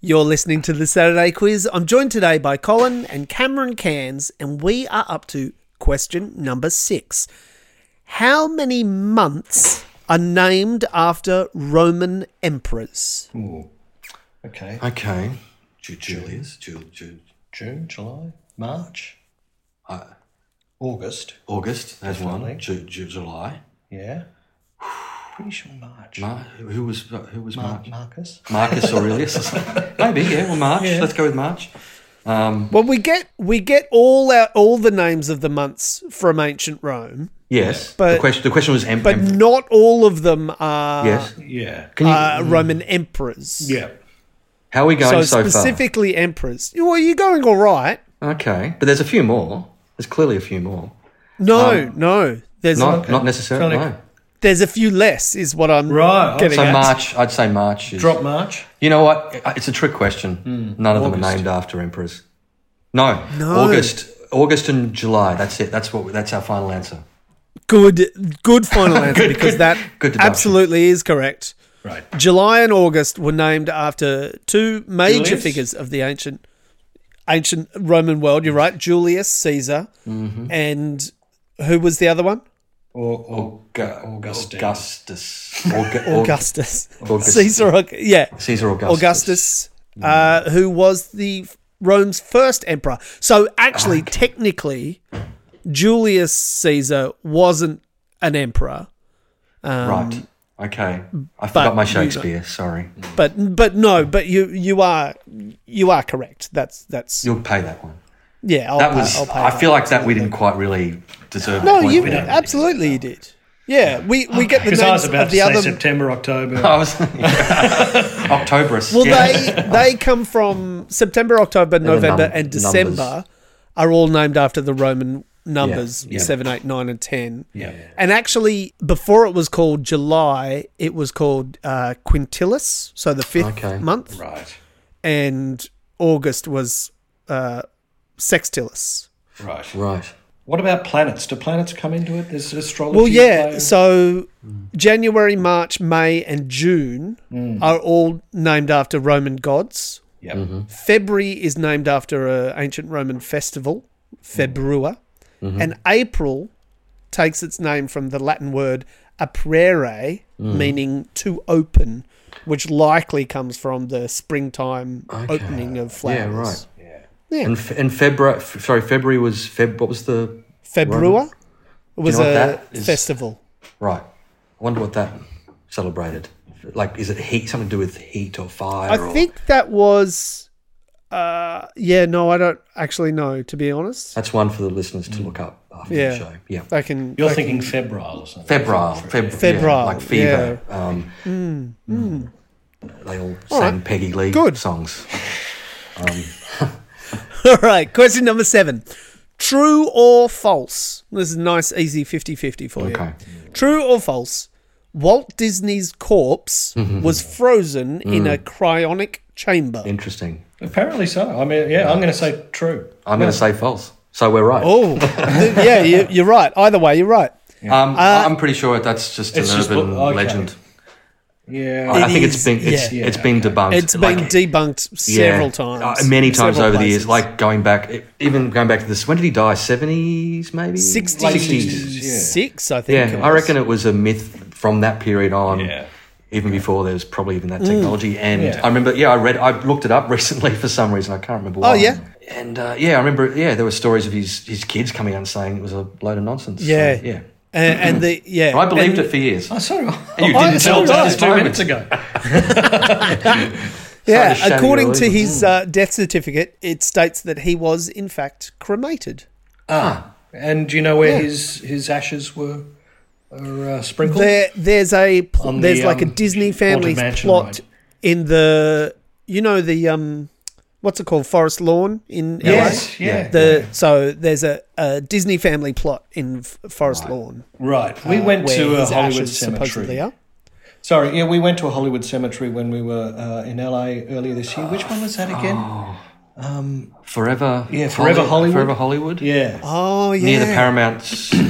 Speaker 2: You're listening to the Saturday Quiz. I'm joined today by Colin and Cameron Cairns, and we are up to question number six. How many months are named after Roman emperors.
Speaker 3: Ooh. Okay.
Speaker 4: Okay. Ju- Julius, Ju- Ju-
Speaker 3: June, July, March,
Speaker 4: uh,
Speaker 3: August.
Speaker 4: August, there's
Speaker 3: Definitely.
Speaker 4: one. Ju- Ju- July.
Speaker 3: Yeah. Pretty sure March.
Speaker 4: Mar- who was uh, who was
Speaker 3: Mar-
Speaker 4: March?
Speaker 3: Marcus.
Speaker 4: Marcus Aurelius. or something. Maybe, yeah, well, March. Let's go with March. Um,
Speaker 2: Well, we get we get all our all the names of the months from ancient Rome,
Speaker 4: yes.
Speaker 2: But-
Speaker 4: the, question, the question was em-
Speaker 2: but
Speaker 4: em-
Speaker 2: not all of them are
Speaker 4: Yes.
Speaker 3: Yeah.
Speaker 4: Can you,
Speaker 2: uh, Roman emperors.
Speaker 3: Yeah.
Speaker 4: how are we
Speaker 2: So,
Speaker 4: going so,
Speaker 2: specifically emperors. Well, you're going all right.
Speaker 4: far? Okay. But there's a few more. There's clearly a few more.
Speaker 2: No, no. There's
Speaker 4: Um, Not, not necessarily,
Speaker 3: Fairly-
Speaker 4: no.
Speaker 2: there's a few less is what I'm
Speaker 3: Right,
Speaker 2: getting
Speaker 4: So
Speaker 2: at.
Speaker 4: March, I'd say March is.
Speaker 3: Drop March.
Speaker 4: You know what? It's a trick question. None of them are named after emperors. No.
Speaker 2: Hmm. No.
Speaker 4: August, August and July. That's it. That's what. we- That's our final answer.
Speaker 2: Good, good final answer because that
Speaker 4: good deduction.
Speaker 2: absolutely is correct.
Speaker 3: Right.
Speaker 2: July and August were named after two major
Speaker 3: Julius?
Speaker 2: figures of the ancient ancient Roman world. You're right, Julius Caesar, and who was the other one?
Speaker 3: Or, or
Speaker 4: Augustus. Augustus.
Speaker 3: Augustine.
Speaker 4: Augu- Aug-
Speaker 2: Augustus.
Speaker 4: Augustus.
Speaker 2: Caesar, Aug- yeah,
Speaker 4: Caesar Augustus.
Speaker 2: Augustus,
Speaker 4: Mm.
Speaker 2: uh, who was the Rome's first emperor. So actually,
Speaker 4: Ah.
Speaker 2: technically, Julius Caesar wasn't an emperor, Um,
Speaker 4: right. Okay. I forgot my Shakespeare. Sorry.
Speaker 2: but but no, but you you are you are correct. That's that's
Speaker 4: You'll pay that one.
Speaker 2: yeah. I'll
Speaker 4: That
Speaker 2: pay-
Speaker 4: was.
Speaker 2: I'll pay
Speaker 4: I
Speaker 2: that.
Speaker 4: feel like that we didn't quite really deserve.
Speaker 2: No,
Speaker 4: the point
Speaker 2: you
Speaker 4: we did.
Speaker 2: absolutely you did. Yeah, we, we get the
Speaker 3: Because I
Speaker 2: names
Speaker 3: was about
Speaker 2: of
Speaker 3: to
Speaker 2: the
Speaker 3: say
Speaker 2: other. Oh.
Speaker 3: September, October.
Speaker 4: I was Octoberus.
Speaker 2: Well,
Speaker 4: yeah.
Speaker 2: they they come from September, October,
Speaker 4: were
Speaker 2: November,
Speaker 4: num-
Speaker 2: and December
Speaker 4: numbers.
Speaker 2: are all named after the Roman numbers
Speaker 4: Yeah, yeah.
Speaker 2: seven, eight, nine, and ten.
Speaker 3: Yeah.
Speaker 2: And actually, before it was called July, it was called uh, Quintilis, so the fifth
Speaker 4: Okay.
Speaker 2: month,
Speaker 3: Right.
Speaker 2: and August was uh, Sextilis.
Speaker 3: Right.
Speaker 4: Right.
Speaker 3: What about planets? Do planets come into it? Is astrology?
Speaker 2: Well, yeah.
Speaker 3: play-
Speaker 2: So January, March, May, and June are all named after Roman gods.
Speaker 3: Yep.
Speaker 4: Mm-hmm.
Speaker 2: February is named after an ancient Roman festival, Februa,
Speaker 4: Mm-hmm.
Speaker 2: and April takes its name from the Latin word aprere,
Speaker 4: Mm.
Speaker 2: meaning to open, which likely comes from the springtime opening of
Speaker 4: Yeah.
Speaker 2: flowers.
Speaker 4: Right. Yeah. And, fe- and February. F- sorry, February was Feb. What was the
Speaker 2: Februa was
Speaker 4: know what
Speaker 2: a
Speaker 4: that is?
Speaker 2: festival.
Speaker 4: Right. I wonder what that celebrated. Like, is it heat? Something to do with heat or fire?
Speaker 2: I
Speaker 4: or,
Speaker 2: think that was. Uh, yeah, no, I don't actually know, to be honest.
Speaker 4: that's one for the listeners to look up after
Speaker 2: Yeah.
Speaker 4: the show. Yeah.
Speaker 2: I can.
Speaker 3: You're
Speaker 2: I can-
Speaker 3: thinking febrile or something.
Speaker 4: Febrile. Feb-
Speaker 2: Febrile, Hmm,
Speaker 4: Yeah, like fever. Um, They all sang
Speaker 2: right.
Speaker 4: Peggy Lee
Speaker 2: Good.
Speaker 4: songs.
Speaker 2: All right, question number seven. True or false? This is a nice, easy 50 50 for you.
Speaker 4: Okay.
Speaker 2: True or false? Walt Disney's corpse
Speaker 4: Mm-hmm.
Speaker 2: was frozen in
Speaker 4: Mm.
Speaker 2: a cryonic chamber.
Speaker 4: Interesting.
Speaker 3: Apparently so. I mean, yeah, I'm going to say true.
Speaker 4: I'm going to say false. So we're right.
Speaker 2: oh, th- yeah, you, you're right. Either way, you're right.
Speaker 4: Um,
Speaker 2: uh,
Speaker 4: I'm pretty sure that's just an
Speaker 3: It's just
Speaker 4: urban
Speaker 3: what- okay.
Speaker 4: legend.
Speaker 3: Yeah.
Speaker 4: I
Speaker 2: It
Speaker 4: think
Speaker 2: is,
Speaker 4: it's been it's,
Speaker 2: yeah.
Speaker 4: it's been debunked.
Speaker 2: It's been
Speaker 4: like,
Speaker 2: debunked
Speaker 4: yeah,
Speaker 2: several times.
Speaker 4: uh, many times
Speaker 2: several
Speaker 4: over the years.
Speaker 2: places.
Speaker 4: Like going back, e- even going back to this. When did he die? Seventies, maybe
Speaker 2: 66, I think.
Speaker 4: Yeah,
Speaker 2: it
Speaker 4: I
Speaker 2: was.
Speaker 4: reckon it was a myth from that period on.
Speaker 3: Yeah.
Speaker 4: Even before there was probably even
Speaker 2: Mm.
Speaker 4: that technology, and
Speaker 3: Yeah.
Speaker 4: I remember, yeah, I read, I looked it up recently for some reason. I can't remember.
Speaker 2: Oh,
Speaker 4: why.
Speaker 2: yeah?
Speaker 4: and uh, yeah, I remember, yeah, there were stories of his his kids coming out and saying it was a load of nonsense. So,
Speaker 2: Yeah.
Speaker 4: yeah,
Speaker 2: And, and the, yeah.
Speaker 4: And I believed
Speaker 2: and-
Speaker 4: it for years.
Speaker 3: Oh, sorry.
Speaker 4: And you
Speaker 3: I
Speaker 4: didn't tell
Speaker 3: told
Speaker 4: us
Speaker 3: us
Speaker 4: this
Speaker 3: two
Speaker 4: moment.
Speaker 3: minutes ago.
Speaker 2: Yeah,
Speaker 4: Sorry to shatter
Speaker 2: according
Speaker 4: your
Speaker 2: to
Speaker 4: illusion.
Speaker 2: his uh, death certificate, it states that he was, in fact, cremated.
Speaker 3: And do you know where his his ashes were are, uh, sprinkled?
Speaker 2: There, there's a pl-
Speaker 3: On the,
Speaker 2: there's like a
Speaker 3: um,
Speaker 2: Disney
Speaker 3: Haunted
Speaker 2: family
Speaker 3: Mansion
Speaker 2: plot
Speaker 3: ride.
Speaker 2: in the you know the um what's it called Forest Lawn in
Speaker 3: Yes.
Speaker 2: LA.
Speaker 3: Yeah.
Speaker 2: The so there's a, a Disney family plot in F- Forest Lawn
Speaker 3: right. We went
Speaker 2: Uh, where
Speaker 3: to a
Speaker 2: his
Speaker 3: Hollywood
Speaker 2: ashes
Speaker 3: cemetery. Oh,
Speaker 2: supposedly are.
Speaker 3: Sorry, yeah, we went to a Hollywood cemetery when we were uh, in LA earlier this year. Which one was that again?
Speaker 4: Oh. Forever,
Speaker 3: Yeah, Forever Hollywood.
Speaker 4: Forever Hollywood,
Speaker 3: Yeah.
Speaker 2: Oh yeah,
Speaker 4: near the Paramount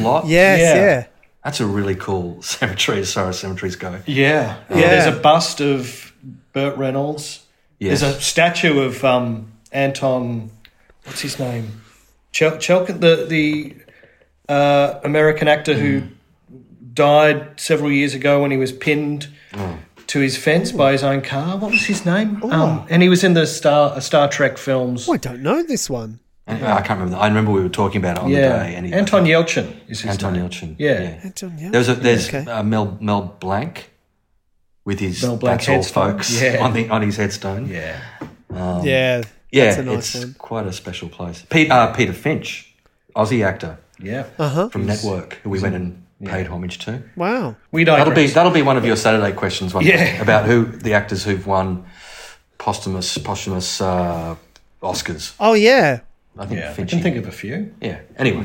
Speaker 4: lot.
Speaker 2: yes, yeah.
Speaker 3: Yeah.
Speaker 4: that's a really cool cemetery as far as cemeteries go.
Speaker 3: Yeah. yeah. There's a bust of Burt Reynolds.
Speaker 4: Yes.
Speaker 3: There's a statue of um, Anton, what's his name?
Speaker 4: Hmm.
Speaker 3: Chel- Chelkin, the, the uh, American actor who died several years ago when he was pinned
Speaker 4: Hmm.
Speaker 3: to his fence by his own car. What was his name?
Speaker 4: Oh.
Speaker 3: Um, and he was in the Star uh, Star Trek films.
Speaker 2: Oh, I don't know this one.
Speaker 4: Anyway, I can't remember. I remember we were talking about it on
Speaker 3: yeah,
Speaker 4: the day. he-
Speaker 3: Anton Yelchin is his
Speaker 4: Anton
Speaker 3: name.
Speaker 4: Yelchin.
Speaker 3: Yeah.
Speaker 2: Anton Yelchin,
Speaker 4: There's a, there's
Speaker 2: okay.
Speaker 4: uh, Mel Mel Blanc with his
Speaker 3: Mel Blanc
Speaker 4: that's all
Speaker 3: headstone,
Speaker 4: folks
Speaker 3: yeah.
Speaker 4: on the on his headstone.
Speaker 3: Yeah. um,
Speaker 2: yeah,
Speaker 4: Yeah,
Speaker 2: that's a nice
Speaker 4: it's
Speaker 2: one.
Speaker 4: quite a special place. Pete, uh, Peter Finch, Aussie actor
Speaker 3: Yeah.
Speaker 4: from Network, who we went and paid homage to.
Speaker 2: Uh-huh. Wow.
Speaker 3: We
Speaker 4: That'll be
Speaker 3: digress.
Speaker 4: that'll be one of your Saturday questions one
Speaker 3: Yeah.
Speaker 4: day about who the actors who've won posthumous posthumous uh, Oscars.
Speaker 2: Oh yeah,
Speaker 4: I think
Speaker 3: yeah. I
Speaker 4: Finch.
Speaker 3: can think of a few.
Speaker 4: yeah. Anyway,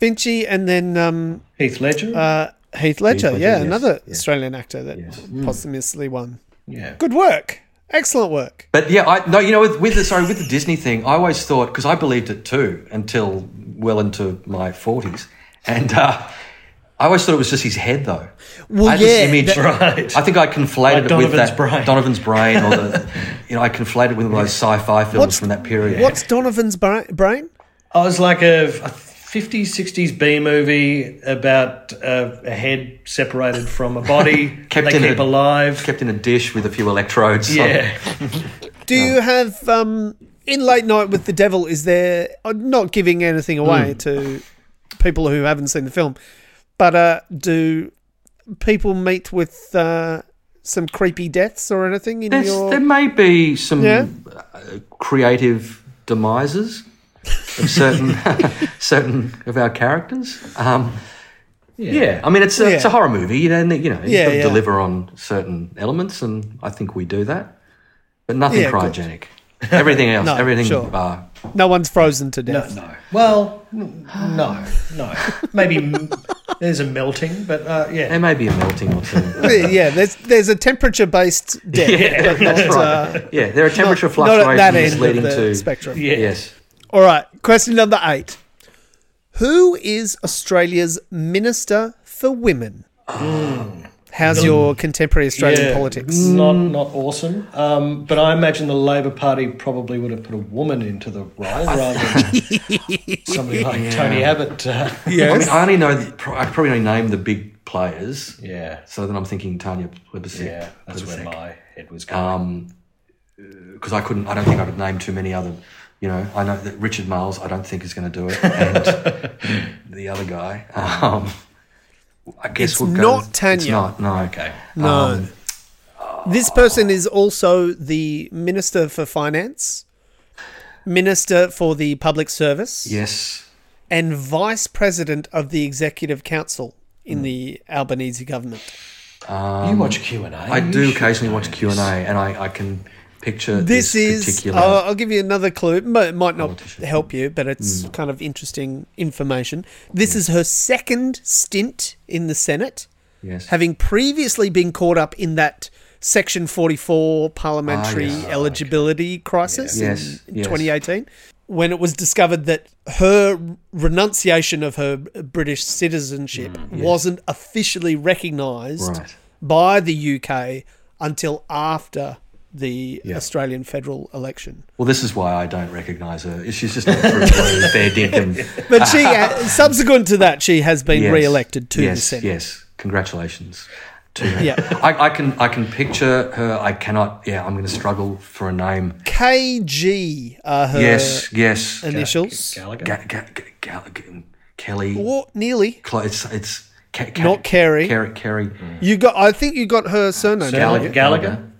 Speaker 2: Finchy, and then um,
Speaker 3: Heath Ledger.
Speaker 2: uh, Heath Ledger.
Speaker 4: Ledger,
Speaker 2: yeah,
Speaker 4: yes,
Speaker 2: another
Speaker 4: yeah.
Speaker 2: Australian actor that
Speaker 3: Mm.
Speaker 2: posthumously won.
Speaker 3: yeah.
Speaker 2: Good work. Excellent work.
Speaker 4: but yeah, I no, you know, with, with the sorry with the Disney thing, I always thought because I believed it too until well into my forties, and uh, I always thought it was just his head though.
Speaker 2: Well,
Speaker 4: I
Speaker 2: yeah,
Speaker 4: just imaged-
Speaker 3: right.
Speaker 4: I think I conflated
Speaker 3: Like
Speaker 4: it with
Speaker 3: Donovan's
Speaker 4: that
Speaker 3: brain.
Speaker 4: Donovan's brain, or the, you know, I conflated with all those sci-fi films
Speaker 2: What's-
Speaker 4: from that period.
Speaker 2: What's Donovan's bra- brain?
Speaker 3: I was like a, a 50s, 60s B movie about a, a head separated from a body.
Speaker 4: Kept
Speaker 3: they
Speaker 4: in
Speaker 3: keep
Speaker 4: a-
Speaker 3: alive.
Speaker 4: kept in a dish with a few electrodes. on it.
Speaker 3: yeah.
Speaker 2: Do you have um, in Late Night with the Devil? Is there I'm not giving anything away to people who haven't seen the film? But uh, do people meet with uh, some creepy deaths or anything in
Speaker 4: There's,
Speaker 2: your?
Speaker 4: there may be some
Speaker 2: Yeah.
Speaker 4: uh, creative demises of certain certain of our characters. Um, yeah. I mean it's a, it's a
Speaker 2: Yeah.
Speaker 4: horror movie, you know. and, You know, you
Speaker 2: Yeah,
Speaker 4: gotta
Speaker 2: yeah.
Speaker 4: deliver on certain elements, and I think we do that, but nothing
Speaker 2: Yeah, good.
Speaker 4: cryogenic. Everything else,
Speaker 2: No,
Speaker 4: everything uh,
Speaker 2: sure.
Speaker 4: bar.
Speaker 2: No one's frozen to death.
Speaker 3: No. Well, n- no, no. Maybe m- there's a melting, but uh, yeah.
Speaker 4: There may be a melting or two.
Speaker 2: yeah, there's there's a temperature based death, but not, uh,
Speaker 4: yeah, there are temperature
Speaker 2: not at that
Speaker 4: fluctuations
Speaker 2: end
Speaker 4: leading
Speaker 2: of the
Speaker 4: to
Speaker 2: spectrum.
Speaker 3: Yeah.
Speaker 4: yes.
Speaker 2: All right, question number eight: Who is Australia's minister for women? How's your contemporary Australian
Speaker 3: Yeah.
Speaker 2: politics?
Speaker 3: Not not awesome. Um, but I imagine the Labor Party probably would have put a woman into the role rather than somebody like Tony Abbott. Uh,
Speaker 4: I mean, I only know the, pro- I probably only name the big players.
Speaker 3: yeah.
Speaker 4: So then I'm thinking Tanya Plibersek.
Speaker 3: Yeah. That's where my head was going.
Speaker 4: Um, because I couldn't. I don't think I could name too many other. You know, I know that Richard Miles. I don't think is going to do it. And the other guy. Um, I guess
Speaker 2: It's
Speaker 4: we'll go
Speaker 2: not
Speaker 4: with- It's
Speaker 2: Tanya.
Speaker 4: not. No. Um,
Speaker 3: okay.
Speaker 2: no. this person is also the minister for finance, minister for the public service,
Speaker 4: Yes.
Speaker 2: and vice president of the executive council in
Speaker 4: Hmm.
Speaker 2: the Albanese government.
Speaker 3: you watch Q and A.
Speaker 4: Um, I do occasionally watch Q and A, and I, I can picture this,
Speaker 2: This is. uh,
Speaker 4: particular.
Speaker 2: I'll, I'll give you another clue. but It might not help you, but it's kind of interesting information. This is her second stint in the Senate,
Speaker 4: yes.
Speaker 2: having previously been caught up in that Section 44 parliamentary eligibility crisis
Speaker 4: Yeah.
Speaker 2: in,
Speaker 4: Ah, Yes,
Speaker 2: in
Speaker 4: yes.
Speaker 2: 2018, when it was discovered that her renunciation of her British citizenship wasn't officially recognised
Speaker 4: Mm, Right.
Speaker 2: by the UK until after the Australian federal election.
Speaker 4: Well, this is why I don't recognise her. She's just not through blue, fair dinkum.
Speaker 2: But she, subsequent to that, she has been re-elected to
Speaker 4: yes,
Speaker 2: the Senate.
Speaker 4: Yes, congratulations to her.
Speaker 2: Yeah.
Speaker 4: I, I can I can picture her. I cannot. Yeah, I'm going to struggle for a name.
Speaker 2: KG are her
Speaker 4: yes, yes.
Speaker 2: initials.
Speaker 3: Gallagher.
Speaker 4: Ga- ga- ga- ga- ga- Kelly.
Speaker 2: Or nearly.
Speaker 4: Cl- it's it's Ca- Ca-
Speaker 2: Not Carey.
Speaker 4: Carey. Carey.
Speaker 2: You got. I think you got her surname.
Speaker 3: Mm. Gallagher. Gallagher.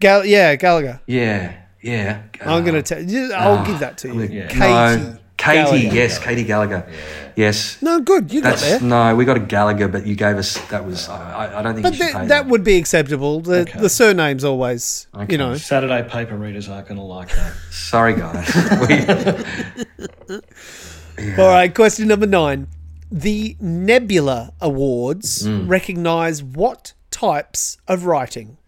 Speaker 2: Gal- yeah, Gallagher.
Speaker 4: Yeah, yeah. Uh,
Speaker 2: I'm gonna tell. you- I'll give that to you. Katie.
Speaker 4: No, Katie.
Speaker 2: Gallagher.
Speaker 4: Yes, Katie Gallagher. Yes.
Speaker 2: No, good. You got there.
Speaker 4: That's no. We got a Gallagher, but you gave us that was. I, I- I don't think.
Speaker 2: but
Speaker 4: you should
Speaker 2: th-
Speaker 4: pay
Speaker 2: that would be acceptable. The the surname's always. You know.
Speaker 3: Saturday paper readers aren't going to like that.
Speaker 4: Sorry, guys. We-
Speaker 2: All right. Question number nine. The Nebula Awards
Speaker 4: Mm.
Speaker 2: recognize what types of writing?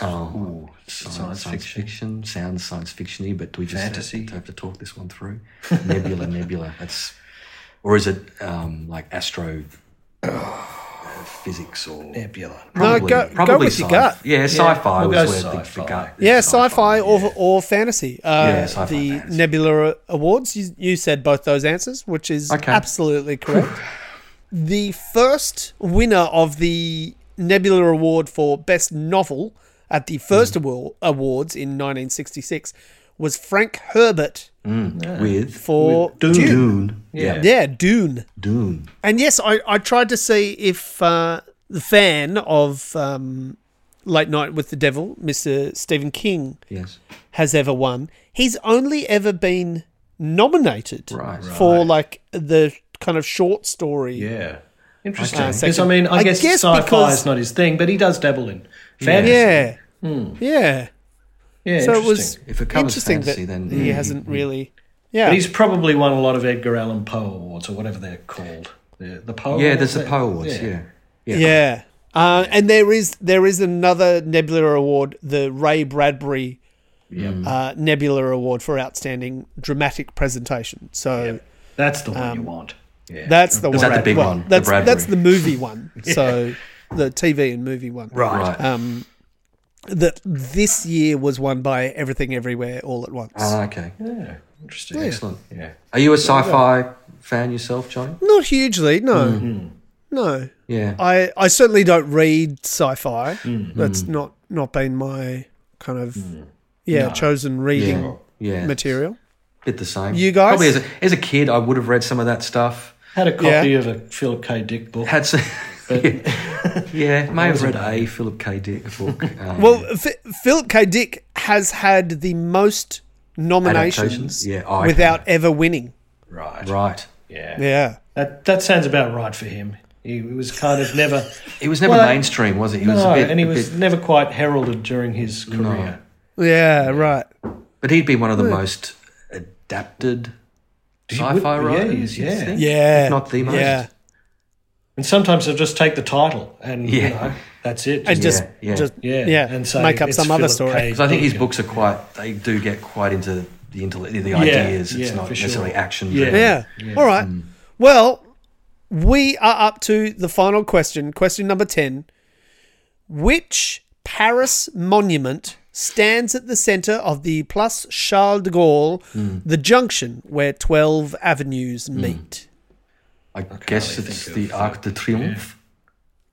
Speaker 4: Oh, science, science fiction. Sounds science fiction-y, but do we just Fantasy. have to talk this one through? nebula, nebula. That's, or is it um, like astro uh, physics or
Speaker 3: Nebula.
Speaker 4: Probably,
Speaker 2: go- go
Speaker 4: probably
Speaker 2: with your
Speaker 4: sci-
Speaker 2: gut.
Speaker 4: Yeah, sci-fi
Speaker 3: we'll
Speaker 4: was
Speaker 3: go
Speaker 4: where the, the
Speaker 3: sci-fi.
Speaker 4: gut.
Speaker 2: Yeah, sci-fi, or or fantasy. Uh,
Speaker 4: Yeah, sci-fi,
Speaker 2: the
Speaker 4: fantasy.
Speaker 2: Nebula Awards. You, you said both those answers, which is
Speaker 4: Okay.
Speaker 2: absolutely correct. the first winner of the Nebula Award for Best Novel at the first
Speaker 4: Hmm.
Speaker 2: award, awards in 1966 was Frank Herbert
Speaker 4: with
Speaker 2: for
Speaker 4: Dune.
Speaker 2: Dune.
Speaker 4: Dune. Yeah.
Speaker 2: Yeah, Dune.
Speaker 4: Dune.
Speaker 2: And yes, I, I tried to see if uh, the fan of um, Late Night with the Devil, Mr. Stephen King,
Speaker 4: Yes.
Speaker 2: has ever won. He's only ever been nominated
Speaker 4: Right.
Speaker 2: for like the kind of short story.
Speaker 3: Yeah. Interesting.
Speaker 2: Okay.
Speaker 3: Because, I mean, I,
Speaker 2: Uh, I
Speaker 3: guess,
Speaker 2: guess
Speaker 3: sci-fi
Speaker 2: because-
Speaker 3: is not his thing, but he does dabble in fantasy.
Speaker 2: Yeah. Yeah.
Speaker 3: Yeah,
Speaker 2: So it
Speaker 3: interesting.
Speaker 2: was
Speaker 4: Hmm. If it covers
Speaker 2: interesting
Speaker 4: fantasy,
Speaker 2: that
Speaker 4: then-
Speaker 2: he
Speaker 4: Mm.
Speaker 2: hasn't really. Yeah.
Speaker 3: But he's probably won a lot of Edgar Allan Poe awards or whatever they're called. The, the Poe
Speaker 4: Oh, Yeah, there's the
Speaker 3: awards? eh?
Speaker 4: Poe Awards. Yeah.
Speaker 2: yeah. Uh, and there is there is another Nebula Award, the Ray Bradbury uh, Nebula Award for outstanding dramatic presentation. So
Speaker 3: That's the one you
Speaker 2: Um,
Speaker 3: want. Yeah.
Speaker 2: that's the
Speaker 4: Is
Speaker 2: one.
Speaker 4: that the big
Speaker 2: well,
Speaker 4: one, the
Speaker 2: That's that's
Speaker 4: Bradbury?
Speaker 2: the movie one. So the TV and movie one.
Speaker 4: Right.
Speaker 2: Um, That this year was won by Everything Everywhere All at Once.
Speaker 4: Ah, okay.
Speaker 3: yeah. Interesting.
Speaker 4: Excellent.
Speaker 3: Yeah.
Speaker 4: Are you a sci-fi fan yourself, Johnny?
Speaker 2: Not hugely, no,
Speaker 4: Mm-hmm.
Speaker 2: no.
Speaker 4: Yeah.
Speaker 2: I, I certainly don't read sci-fi.
Speaker 4: Mm-hmm.
Speaker 2: That's not not been my kind of yeah chosen reading
Speaker 4: Mm. yeah.
Speaker 2: material.
Speaker 4: Bit the same.
Speaker 2: You guys?
Speaker 4: Probably as a, as a kid, I would have read some of that stuff.
Speaker 3: Had a copy
Speaker 2: Yeah.
Speaker 3: of a Philip K. Dick book.
Speaker 4: Had some. yeah, may have read a Philip K. Dick book. Um,
Speaker 2: Well, F- Philip K. Dick has had the most nominations
Speaker 4: Adaptations? Yeah, I-
Speaker 2: without ever winning.
Speaker 3: right.
Speaker 4: right.
Speaker 3: Yeah.
Speaker 2: Yeah,
Speaker 3: That that sounds about right for him. He was kind of never.
Speaker 4: It was never
Speaker 3: Well,
Speaker 4: mainstream, was it? He was
Speaker 3: no,
Speaker 4: a bit,
Speaker 3: and he
Speaker 4: a
Speaker 3: was
Speaker 4: bit-
Speaker 3: never quite heralded during his career.
Speaker 2: yeah, right.
Speaker 4: but he'd be one of the most adapted sci-fi
Speaker 3: would be, yeah,
Speaker 4: writers.
Speaker 3: yeah.
Speaker 4: you'd think.
Speaker 2: Yeah,
Speaker 4: If not the most.
Speaker 2: Yeah,
Speaker 3: And sometimes they'll just take the title and you
Speaker 4: Yeah.
Speaker 3: know that's it.
Speaker 2: and just
Speaker 4: Yeah, yeah.
Speaker 2: just
Speaker 3: Yeah,
Speaker 2: yeah,
Speaker 3: and so
Speaker 2: make up
Speaker 3: it's
Speaker 2: some other
Speaker 3: Philip
Speaker 2: story.
Speaker 3: K.
Speaker 4: Because I think his books are quite. They do get quite into the intellect, the ideas. it's
Speaker 3: yeah,
Speaker 4: not
Speaker 3: for sure.
Speaker 4: necessarily action.
Speaker 3: Yeah.
Speaker 4: driven.
Speaker 2: Yeah. All right. Well, we are up to the final question, question number 10. Which Paris monument stands at the center of the Place Charles de Gaulle, the junction where 12 avenues meet?
Speaker 4: I guess it's the Arc de Triomphe.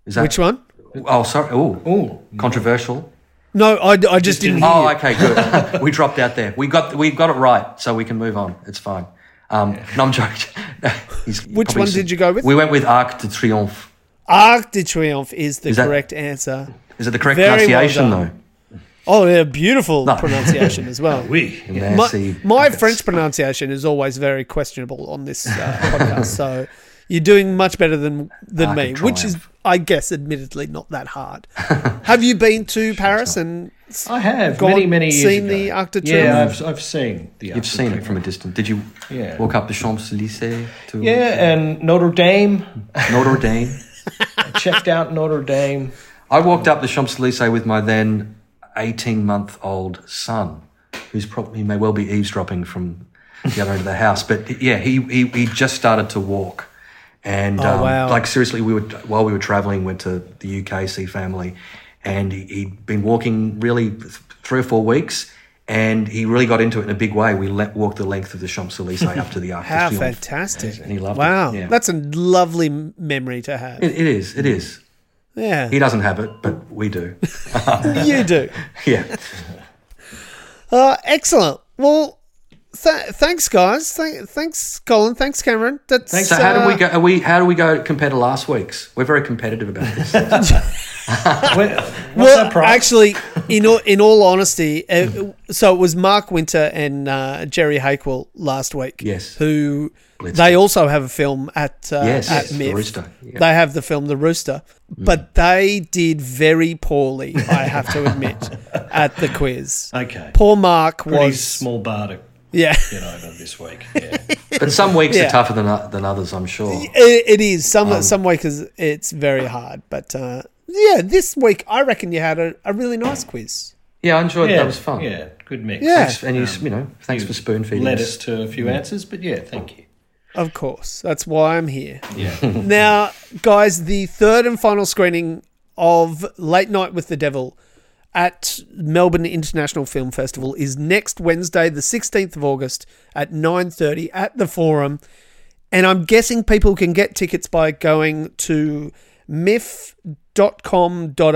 Speaker 4: Is that
Speaker 2: Which one?
Speaker 4: Oh, sorry. Oh,
Speaker 3: Ooh.
Speaker 4: controversial.
Speaker 2: No, I, I just, didn't. hear.
Speaker 4: Oh, okay, good. we dropped out there. We got we got it right, so we can move on. It's fine. Um, No, I'm joking. He's
Speaker 2: Which
Speaker 4: probably
Speaker 2: one
Speaker 4: s-
Speaker 2: did you go with?
Speaker 4: We went with Arc de Triomphe.
Speaker 2: Arc de Triomphe is the
Speaker 4: Is that-
Speaker 2: correct answer.
Speaker 4: Is it the correct
Speaker 2: Very well
Speaker 4: pronunciation
Speaker 2: done. Oh, yeah, beautiful pronunciation as well.
Speaker 3: we.
Speaker 4: though?
Speaker 2: my,
Speaker 4: Merci.
Speaker 2: my French pronunciation is always very questionable on this uh, podcast. So you're doing much better than than
Speaker 4: Arc
Speaker 2: me,
Speaker 4: of
Speaker 2: which is,
Speaker 4: triumph.
Speaker 2: I guess, admittedly not that hard. Have you been to Paris and s-
Speaker 3: I have
Speaker 2: gone-
Speaker 3: many many years
Speaker 2: seen
Speaker 3: ago.
Speaker 2: the Arc de Triomphe?
Speaker 3: Yeah, I've, I've seen the.
Speaker 4: You've seen it from a distance. Did you
Speaker 3: Yeah.
Speaker 4: walk up the Champs Elysees to
Speaker 3: Yeah, and Notre Dame.
Speaker 4: Notre Dame?
Speaker 3: I checked out Notre Dame.
Speaker 4: I walked up the Champs Elysees with my then 18 month old son, who's probably he may well be eavesdropping from the other end of the house. But yeah, he, he, he just started to walk. And um,
Speaker 2: Oh, wow.
Speaker 4: like seriously, we were while we were traveling, went to the UK see family, and he, he'd been walking really th- three or four weeks, and he really got into it in a big way. We le- walked the length of the Champs Elysees up to the Arc de
Speaker 2: How
Speaker 4: Triomphe.
Speaker 2: fantastic!
Speaker 4: And he loved it,
Speaker 2: wow,
Speaker 4: yeah.
Speaker 2: that's a lovely m- memory to have.
Speaker 4: It, it is, it is.
Speaker 2: yeah,
Speaker 4: He doesn't have it, but we do.
Speaker 2: you do.
Speaker 4: yeah.
Speaker 2: Uh, excellent. Well. Th- thanks, guys. Th- thanks, Colin. Thanks, Cameron. That's,
Speaker 4: So how
Speaker 2: uh,
Speaker 4: do we go? Are we how do we go compared to last week's? We're very competitive about this.
Speaker 3: Where- what's
Speaker 2: well,
Speaker 3: that price?
Speaker 2: actually, in all, in all honesty, uh, so it was Mark Winter and uh, Jerry Hakewell last week.
Speaker 4: Yes.
Speaker 2: who
Speaker 4: Blitzkrieg.
Speaker 2: they also have a film at uh,
Speaker 4: Yes,
Speaker 2: at
Speaker 4: yes, The
Speaker 2: MIFF.
Speaker 4: Rooster, yeah. Mm.
Speaker 2: They have the film The Rooster, but they did very poorly. I have to admit at the quiz.
Speaker 3: okay.
Speaker 2: Poor Mark
Speaker 3: Pretty
Speaker 2: was
Speaker 3: small bar to
Speaker 2: yeah.
Speaker 3: get over this week. Yeah.
Speaker 4: But some weeks
Speaker 2: Yeah.
Speaker 4: are tougher than o- than others, I'm sure.
Speaker 2: It, it is some
Speaker 4: Um,
Speaker 2: some weeks it's very hard, but uh, yeah, this week I reckon you had a, a really nice quiz.
Speaker 4: Yeah, I enjoyed.
Speaker 3: yeah,
Speaker 4: That was fun.
Speaker 3: Yeah, good mix.
Speaker 2: Yeah.
Speaker 4: Thanks, and you, s you know, thanks for spoon feeding
Speaker 3: Led
Speaker 4: us. Mm.
Speaker 3: us to a few answers, but yeah, thank you.
Speaker 2: Of course, that's why I'm here.
Speaker 3: Yeah.
Speaker 2: Now, guys, the third and final screening of Late Night with the Devil at Melbourne International Film Festival is next Wednesday, the 16th of August at 9:30 at the Forum. And I'm guessing people can get tickets by going to miff.com.au.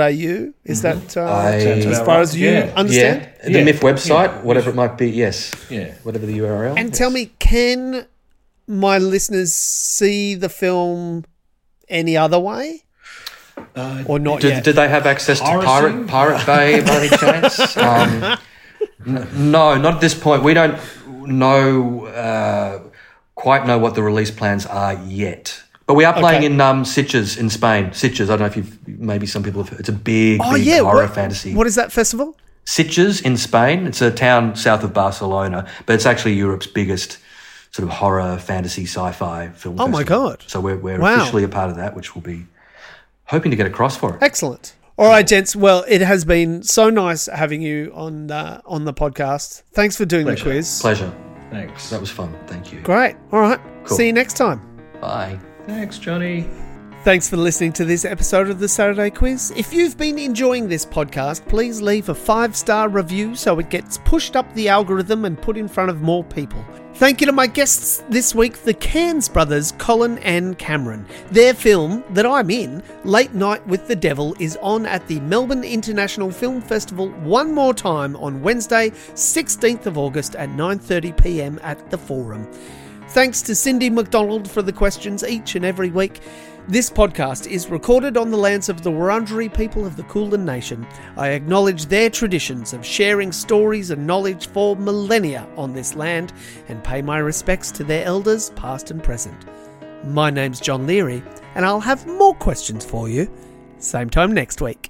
Speaker 2: Is that uh,
Speaker 4: I-
Speaker 2: as far as you
Speaker 3: Yeah.
Speaker 2: understand?
Speaker 4: Yeah, the
Speaker 3: Yeah.
Speaker 4: MIF website,
Speaker 3: Yeah.
Speaker 4: whatever it might be. Yes.
Speaker 3: Yeah.
Speaker 4: Whatever the URL.
Speaker 2: And tell me, can my listeners see the film any other way? or not
Speaker 4: Did,
Speaker 2: yet?
Speaker 4: did Uh, they have access to
Speaker 3: Piracy?
Speaker 4: Pirate Pirate Bay by any chance? Um, n- no, not at this point. We don't know uh, quite know what the release plans are yet. But we are playing
Speaker 2: Okay.
Speaker 4: in um, Sitges in Spain. Sitges. I don't know if you've maybe some people have heard. It's a big,
Speaker 2: oh,
Speaker 4: big
Speaker 2: yeah.
Speaker 4: horror
Speaker 2: what,
Speaker 4: fantasy.
Speaker 2: What is that festival?
Speaker 4: Sitges in Spain. It's a town south of Barcelona, but it's actually Europe's biggest sort of horror, fantasy, sci-fi film.
Speaker 2: Oh, my
Speaker 4: festival.
Speaker 2: God.
Speaker 4: So we're, we're
Speaker 2: Wow.
Speaker 4: officially a part of that, which we'll be hoping to get across for it.
Speaker 2: Excellent. All right, gents. Well, it has been so nice having you on uh, on the podcast. Thanks for doing the
Speaker 3: Pleasure.
Speaker 2: quiz.
Speaker 4: Pleasure.
Speaker 3: Thanks.
Speaker 4: That was fun. Thank you.
Speaker 2: Great. All right.
Speaker 4: Cool.
Speaker 2: See you next time.
Speaker 4: Bye.
Speaker 3: Thanks, Johnny.
Speaker 2: Thanks for listening to this episode of the Saturday Quiz. If you've been enjoying this podcast, please leave a five star review so it gets pushed up the algorithm and put in front of more people. Thank you to my guests this week, the Cairns brothers, Colin and Cameron. Their film that I'm in, Late Night with the Devil, is on at the Melbourne International Film Festival one more time on Wednesday, 16th of August at 9:30 p.m. at the Forum. Thanks to Cindy McDonald for the questions each and every week. This podcast is recorded on the lands of the Wurundjeri people of the Kulin Nation. I acknowledge their traditions of sharing stories and knowledge for millennia on this land and pay my respects to their elders, past and present. My name's John Leary, and I'll have more questions for you same time next week.